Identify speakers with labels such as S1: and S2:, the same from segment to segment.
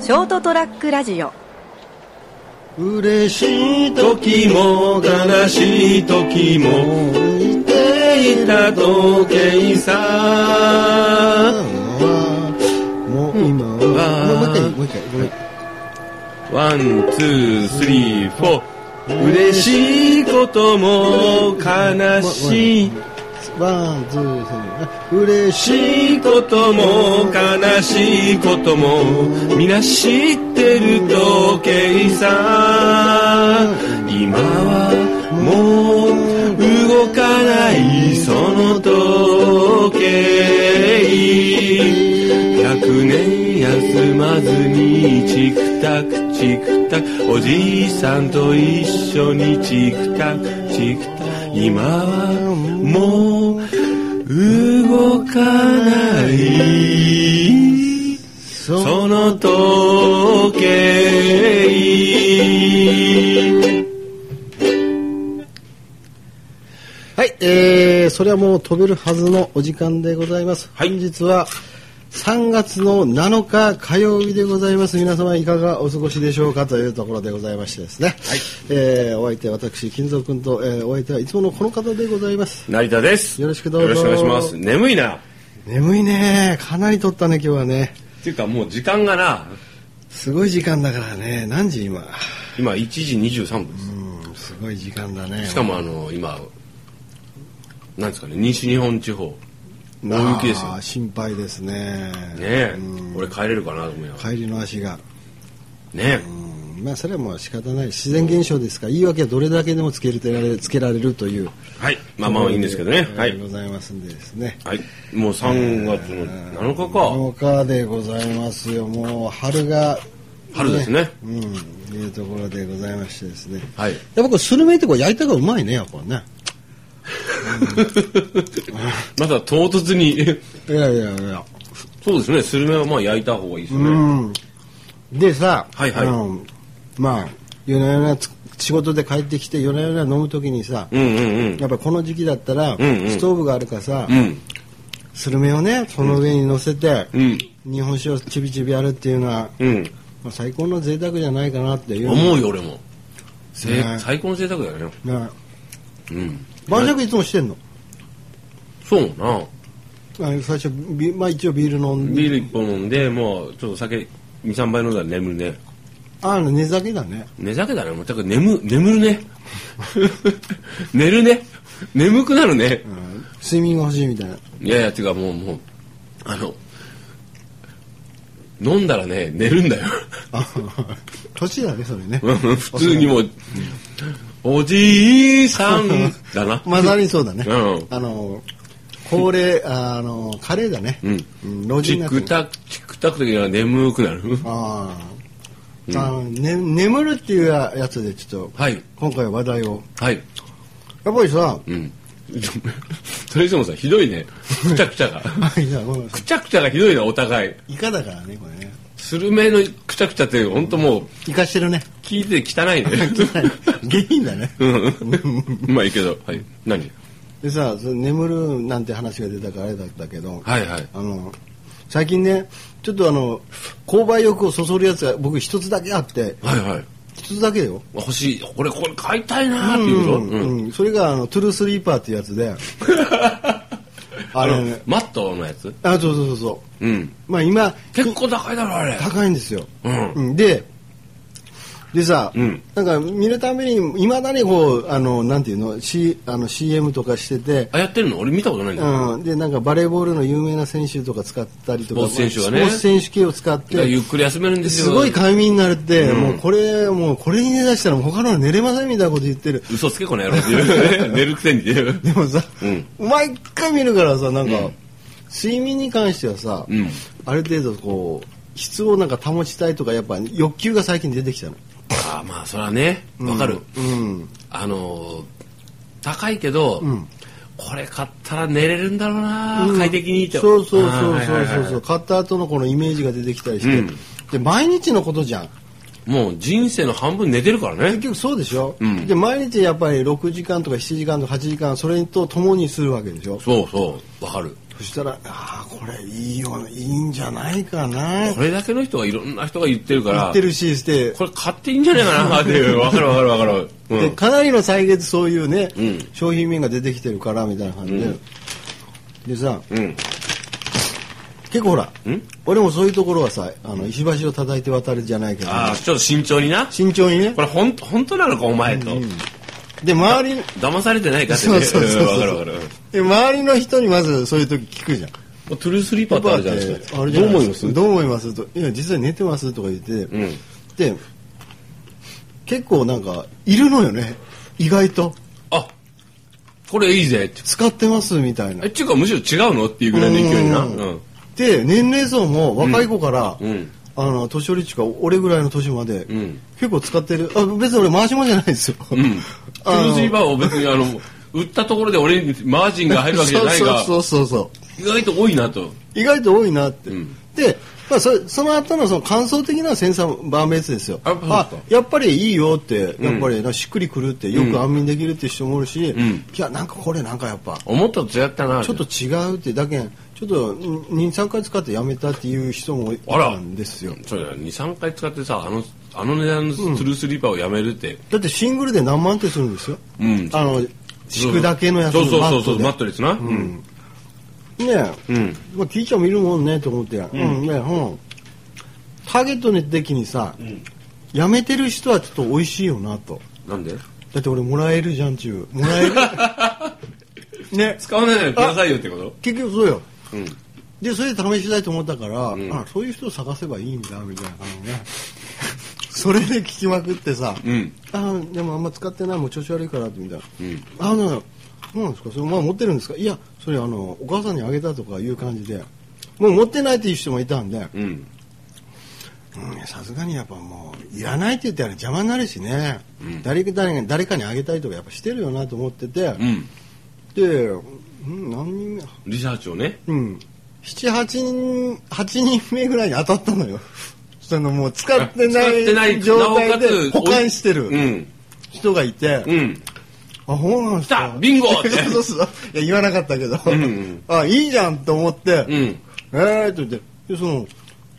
S1: ショートトラックラジオ
S2: 嬉しい時も悲しい時も見ていた時計さ
S3: もう今は、もう一回もう一回
S2: ワンツースリーフォー嬉しいことも悲しい
S3: ごめんワンツースリー嬉し
S2: 嬉しいことも悲しいことも皆知ってる時計さ今はもう動かないその時計100年休まずにチクタクチクタクおじいさんと一緒にチクタクチクタク今はもう動かない
S3: い
S2: その時計
S3: はいえー、それはもう飛べるはずのお時間でございます、
S2: はい
S3: 本日は3月の7日火曜日でございます皆様いかがお過ごしでしょうかというところでございましてですね、えーお相手私金蔵君と、えーお相手はいつものこの方でございます
S2: 成田です
S3: よろしくどうぞ
S2: よろしくお願いします眠いなっ
S3: 眠いねかなり撮ったね今日はね
S2: ていうかもう時間がな
S3: すごい時間だからね何時今
S2: 今1時23分で
S3: うんすごい時間だね
S2: すしかもあの今なんですかね西日本地方大雪ですよ
S3: あ
S2: ね
S3: ー心配ですね
S2: え
S3: うん
S2: 俺帰れるかなと思いながら
S3: 帰りの足が、
S2: ね
S3: うんまあそれはもう仕方ない自然現象ですから言い訳はどれだけでもつけれてられつけられるという
S2: えはいまあまあいいんですけどね
S3: ところで
S2: は
S3: えー
S2: い
S3: ございますんでですね
S2: はいもう3月の7日か
S3: 農家でございますよもう春が
S2: 春ですね
S3: うんいうところでございましてですね
S2: はい
S3: やっぱこうスルメってこう焼いたがうまいねやっぱね
S2: まだ唐突に
S3: いやいやいや
S2: そうですねスルメはまあ焼いた方がいいですね、
S3: うん、でさ、
S2: はいはい
S3: うんまあ夜な夜なつ仕事で帰ってきて夜な夜な飲む時にさ、
S2: うんうんうん
S3: やっぱこの時期だったら、
S2: んうん
S3: ストーブがあるからさ、
S2: うん
S3: スルメをねその上に乗せて、
S2: うん
S3: 日本酒をちびちびやるっていうのは、
S2: うん
S3: まあ、最高の贅沢じゃないかなっていう
S2: 思うよ俺も、せ
S3: ね
S2: 最高の贅沢だよね
S3: ね
S2: うん
S3: 晩酌いつもしてんの、
S2: そうな
S3: あの最初ビ、まあ、一応ビール飲んで
S2: ビール一本飲んでもうちょっと酒23杯飲んだら眠るね
S3: あの寝酒だね
S2: 寝酒だねもうだから眠眠るね 寝るね眠くなるね、
S3: 睡眠が欲しい みたいない
S2: やいやてかもうもうあの飲んだらね寝るんだよ
S3: あ年だねそれね。
S2: うん普通にもう、おじいさんだな
S3: まさにそうだね。
S2: うん
S3: あの、高齢、あの、カレーだね。
S2: うん
S3: うん。老人
S2: チ
S3: になって
S2: クタク、チクタクときは眠くなる。
S3: ああ。あのね、眠るっていうやつでちょっと、
S2: はい、
S3: 今回話題を。
S2: はい。
S3: やっぱりさ、
S2: うん。それにしてもさ、ひどいね。くちゃくちゃが。
S3: いやごめんなさ
S2: くちゃくちゃがひどいな、お互い。
S3: いイカだからね、これね。
S2: スルメのくちゃくちゃって、ほんともう、
S3: イカしてるね。
S2: 聞いてて汚いね。
S3: 下品だね。
S2: うん。うまいけど。はい。何
S3: でさ、その眠るなんて話が出たからあれだったけど、
S2: はいはい。
S3: あの、最近ね、ちょっとあの、購買欲をそそるやつが僕一つだけあって、
S2: はいはい。
S3: 一つだけだよ。
S2: 欲しい。これ、これ買いたいなーっていうこと
S3: うん
S2: うん。
S3: うんそれがあのトゥルースリーパーっていうやつ であ
S2: あ
S3: れ、
S2: の
S3: ね、、
S2: マットのやつ
S3: あそうそうそうそ
S2: うん。
S3: うまあ今
S2: 結構高いだろ、あれ。
S3: 高いんですよ、
S2: うん
S3: うんででさ、
S2: うん
S3: なんか見るためにいまだにこうあのなんていうの,、C、あの CM とかしてて、
S2: あ、やってるの俺見たことないんだけど。
S3: うん、でなんかバレーボールの有名な選手とか使ったりとか
S2: スポーツ選手はね
S3: スポーツ選手系を使っ
S2: いやゆってくり休めるんですよ。
S3: すごい快眠になるって、
S2: うん
S3: もうこれもうこれに寝だしたらもう他のは寝れませんみたいなこと言ってる
S2: 嘘つけこの野郎って いう。寝るくせにっていう。
S3: でもさ、
S2: うん
S3: 毎回見るからさなんか、
S2: うん
S3: 睡眠に関してはさ、
S2: うん
S3: ある程度こう質をなんか保ちたいとかやっぱ欲求が最近出てきたの
S2: ああ、まあ、それはね、わかる。
S3: うん
S2: あのー、高いけど、
S3: ん
S2: これ買ったら寝れるんだろうな、快適にって。
S3: そうそうそ
S2: あ
S3: う
S2: ーは
S3: そ
S2: いうはい
S3: そう
S2: はい
S3: そう買った後のこのイメージが出てきたりして、
S2: うん
S3: で毎日のことじゃん
S2: もう人生の半分寝てるから
S3: 結
S2: ね。
S3: 局そうでしょ、
S2: うん
S3: で毎日やっぱり6時間とか7時間とか8時間それと共にするわけでしょ
S2: そうそう、わかる。
S3: そしたら、ああ、これいいよ、いいんじゃないかな。
S2: これだけの人がいろんな人が言ってるから
S3: 言ってるし、して、
S2: これ買っていいんじゃないかなって いうわかるわかるわかる、うん
S3: でかなりの歳月そういうね、
S2: うん
S3: 商品面が出てきてるからみたいな感じで、
S2: うん
S3: でさ
S2: うん
S3: 結構ほら
S2: ん
S3: 俺もそういうところはさあの石橋を叩いて渡るじゃないけど
S2: ああちょっと慎重にな
S3: 慎重にね
S2: これ本当本当なのかお前と、
S3: で周り
S2: 騙されてないかって
S3: そう
S2: ね
S3: そうそ
S2: う
S3: う
S2: んわかるわ
S3: そ
S2: か
S3: う
S2: る
S3: で周りの人にまずそういう時聞くじゃん
S2: トゥルースリーパーってあるじゃないですか
S3: あれじゃないですかどう思いますと「いや実際寝てます」とか言って、
S2: うん
S3: で結構なんかいるのよね意外と
S2: あこれいいぜって
S3: 使ってますみたいな
S2: えっていうかむしろ違うのっていうぐらいの勢いにな
S3: うん
S2: うん
S3: で年齢層も若い子から、
S2: うん
S3: あの年寄りっちゅうか俺ぐらいの年まで、
S2: ん
S3: 結構使ってるあ別に俺回し物じゃないですよ、
S2: うんトゥルースリーパーを別にあの売ったところで俺にマージンが入るわけじゃないが
S3: そうそうそうそうそう
S2: 意外と多いなと
S3: 意外と多いなって、
S2: うん
S3: で、まあ、そその後のその感想的なセンサーバーベースですよ
S2: あそうですか
S3: やっぱりいいよって
S2: ん
S3: やっぱりなしっくりくるってよく安眠できるって人もおるし、
S2: ん
S3: いやなんかこれなんかやっぱ
S2: 思ったのと違ったな
S3: ちょっと違うってだけんちょっと23回使ってやめたっていう人もい
S2: あら
S3: たんですよ
S2: そうだ23回使ってさあのあの値段のトゥルースリーパーをやめるって
S3: だってシングルで何万ってするんですよ、
S2: うん
S3: あの敷くだけのやつ
S2: そうそう
S3: マ
S2: そ
S3: ッ
S2: うそ
S3: ト
S2: う
S3: で
S2: マットレスなうん
S3: んねえ、
S2: うん
S3: まあ、聞いちゃん見るもんねと思って、うんねうん、ターゲットの時にさ、やめてる人はちょっと美味しいよなと
S2: なんで
S3: だって俺もらえるじゃんちゅうもらえ るね
S2: 使わないでくださいよってこと
S3: 結局そうよ
S2: うん
S3: でそれで試したいと思ったから、
S2: ん
S3: あそういう人を探せばいいんだみたいな感じね それで聞きまくってさ、
S2: うん
S3: あでもあんま使ってないもう調子悪いからってみたいな、
S2: うん
S3: あのそうなんですかそれまあ持ってるんですかいやそれあのお母さんにあげたとかいう感じでもう持ってないっていう人もいたんで
S2: うん
S3: うんさすがにやっぱもういらないって言ってあれ邪魔になるしね、誰か誰か誰かにあげたりとかやっぱしてるよなと思ってて、
S2: うん
S3: で、うん、何人目
S2: リサーチをね
S3: うん78人八人目ぐらいに当たったのよ そのもう使ってな
S2: 使ってない
S3: い状態
S2: なおか
S3: で
S2: つ
S3: 保管してる
S2: うん
S3: 人がいて、
S2: うん
S3: あ、そうなんで
S2: 来
S3: すか
S2: た。ビンゴ
S3: そうそうそう。いや、言わなかったけど。
S2: うんうん
S3: あ、いいじゃんと思って、
S2: う
S3: え
S2: ん
S3: えーって言って、で、そ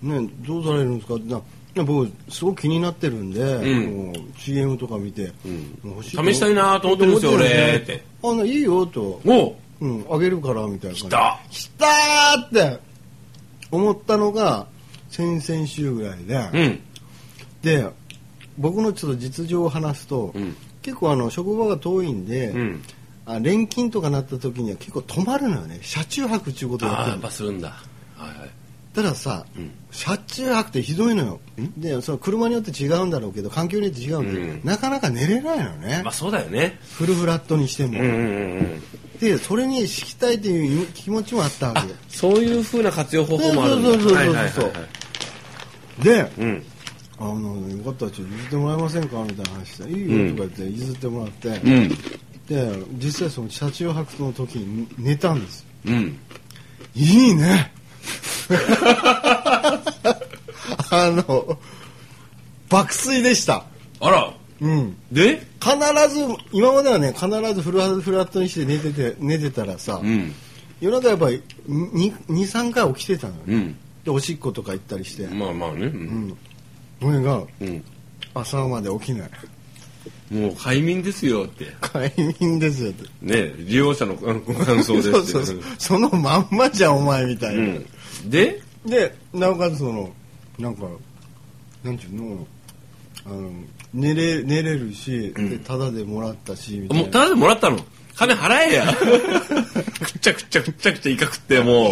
S3: の、ね、どうされるんですかってな。いや僕すごく気になってるんで、
S2: ん
S3: もう CM とか見て、
S2: ん
S3: もう欲し
S2: 試したいなと思ってるんですよ俺って
S3: あのいいよと、
S2: おう
S3: うん、あげるからみたいな
S2: 来
S3: 来
S2: た
S3: 来たーって思ったのが先々週ぐらいで、
S2: うん
S3: で僕のちょっと実情を話すと、
S2: うん
S3: 結構あの職場が遠いんで、
S2: うん
S3: あ連勤とかなった時には結構止まるのよね車中泊っちゅうことをやっ
S2: ああ
S3: て
S2: や
S3: る
S2: っ
S3: の
S2: ぱするんだはいはい
S3: たださ、
S2: うん
S3: 車中泊ってひどいのよでその車によって違うんだろうけど環境によって違うんだけど、
S2: うん
S3: なかなか寝れないのね、
S2: まあそうだよね
S3: フルフラットにして
S2: うん
S3: も、
S2: うんうん
S3: でそれに敷きたいという気持ちもあったわ
S2: あ
S3: けよ
S2: そういう風な活用方法もあるんだ
S3: そうそうそうそうそ
S2: は
S3: う
S2: いはいはいはい
S3: で
S2: うん
S3: あのよかったらちょっと譲ってもらえませんかみたいな話したらいいよとか言って譲ってもらっ
S2: う
S3: て、
S2: ん
S3: で実際その車中泊の時に寝たんですよ
S2: うん
S3: いいね あの爆睡でした
S2: あら
S3: うん
S2: で
S3: 必ず今まではね必ずフラフラットにして寝てて寝てたらさ、
S2: うん
S3: 夜中やっぱり23回起きてたのよ、
S2: うん
S3: でおしっことか行ったりして、
S2: まあまあねうん
S3: 俺が
S2: うん
S3: 朝まで起きない
S2: もう快眠ですよって
S3: 快眠ですよって
S2: ね利用者のあのご感想ですって
S3: そうそうそうそのまんまじゃんお前みたいな、
S2: うんで
S3: でなおかつそのなんかなんていうのあの寝れ寝れるし、でタダでもらったしみた
S2: もう
S3: い
S2: た
S3: な
S2: だでもらったの金払えやくっちゃくっちゃくっちゃくちゃイカ食ってもう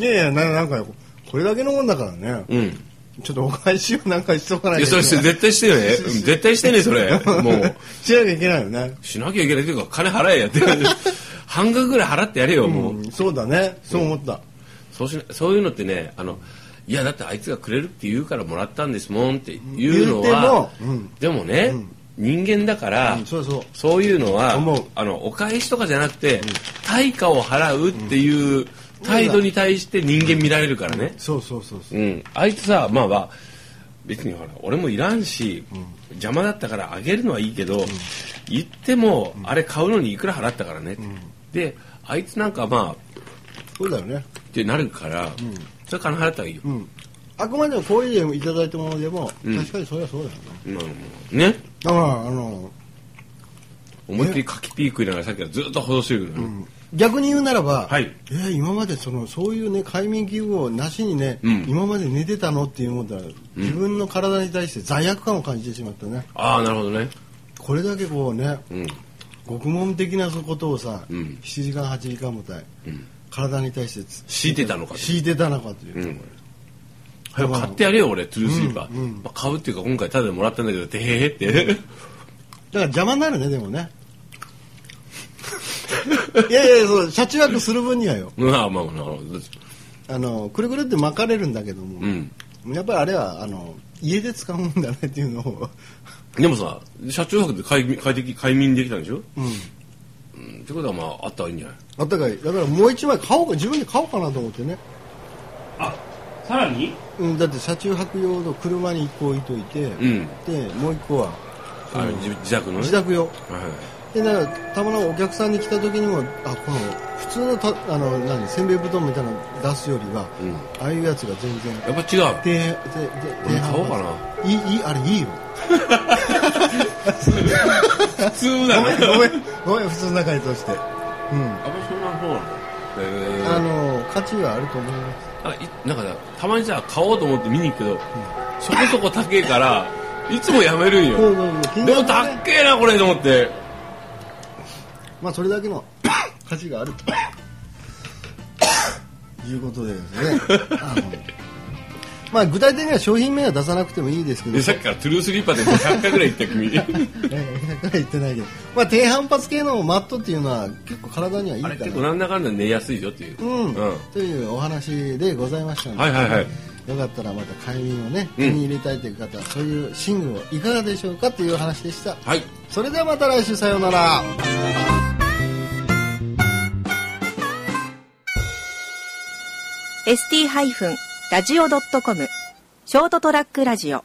S3: いやいやななんかこれだけのもんだからね、
S2: うん
S3: ちょっとお返しをなんかしとかないい
S2: や
S3: と
S2: それして絶対してねうん絶対してねそれもう
S3: しなきゃいけないよね、
S2: しなきゃいけないというか金払えやって半額ぐらい払ってやれよもう、
S3: うん、そうだねそう思った、
S2: そうしなそういうのってねあのいやだってあいつがくれるって言うからもらったんですもんっていうのは
S3: 言うてもうん
S2: でもね、人間だから、
S3: うんそうそう
S2: そういうのは
S3: 思う
S2: あのお返しとかじゃなくて、対価を払うっていう態度に対して人間見られるからね、
S3: そうそうそうそう
S2: うん、あいつさまあまあ別にほら俺もいらんし、邪魔だったからあげるのはいいけど、言っても、あれ買うのにいくら払ったからねって、であいつなんかまあ
S3: そうだよね
S2: ってなるから、それ金払ったらいいよ、
S3: うんあくまでもこういういただいたものでも、
S2: うん
S3: 確かにそれはそうだよね
S2: うんね
S3: だからあの、
S2: 思いっきり柿ピークいながらさっきからずっとほどしてるのよ、
S3: 逆に言うならば、
S2: はい
S3: えー今までそのそういうね快眠器具をなしにね、
S2: うん
S3: 今まで寝てたのっていうもんだら自分の体に対して罪悪感を感じてしまったね
S2: ああなるほどね
S3: これだけこうね
S2: うん
S3: 獄門的なことをさ、
S2: うん
S3: 7時間8時間もたい、
S2: うん
S3: 体に対してつ
S2: 敷いてたのかと
S3: 敷いてたのかという、
S2: うん早く買ってやれよ俺トゥルースリーパー、
S3: うんうん
S2: まあ、買うっていうか今回タダでもらったんだけどてへへって
S3: だから邪魔になるねでもね いやいやいやそう車中泊する分にはよ
S2: まあまあまあなるほど
S3: あのくるくるって巻かれるんだけども、
S2: うん
S3: やっぱりあれはあの家で使うもんだねっていうのを、
S2: でもさ車中泊で快快適快眠できたんでしょ、
S3: うん、
S2: うん、ってことはまああったらいいんじゃない
S3: あったかいだからもう一枚買おうか自分で買おうかなと思ってね、
S1: あさらに
S3: うん、だって車中泊用の車に一個置いといて、
S2: うん
S3: でもう一個は
S2: あの自自宅のね
S3: 自宅用
S2: はい
S3: でだからたまのお客さんに来た時にもあこの普通のたあの何せんべい布団みたいなの出すよりは、
S2: うん
S3: ああいうやつが全然
S2: やっぱ違う
S3: でででで
S2: 買おうか
S3: いいいいあれ いいよ
S2: 普通
S3: ご
S2: だ
S3: め
S2: ね
S3: んごめんごめん普通の中にとしてうん
S2: あんまそんな方なのえー
S3: あの価値はあると思います
S2: あいなんかさたまにさ買おうと思って見に行くけど、そこそこ高えからいつもやめるん
S3: そ
S2: よ
S3: うそうそう金
S2: でも
S3: 額
S2: 高
S3: はね
S2: えなこれと思って
S3: まあそれだけの 価値があると いうことでですねあのまあ具体的には商品名は出さなくてもいいですけど
S2: でさっきからトゥルースリーパーでもう100回ぐらい行った君
S3: だから言ってないけど、まあ、低反発系のマットっていうのは結構体にはいい
S2: あ
S3: か
S2: れ結構
S3: ら
S2: なんだかんだ寝やすいよっていう
S3: うん、
S2: は
S3: というお話でございましたの
S2: い
S3: で、
S2: はいはい
S3: よかったらまた快眠をね
S2: うん
S3: 手に入れたいという方、そういう寝具をいかがでしょうかというお話でした
S2: はい
S3: それではまた来週さようなら
S4: ー ST-radio.com ショートトラックラジオ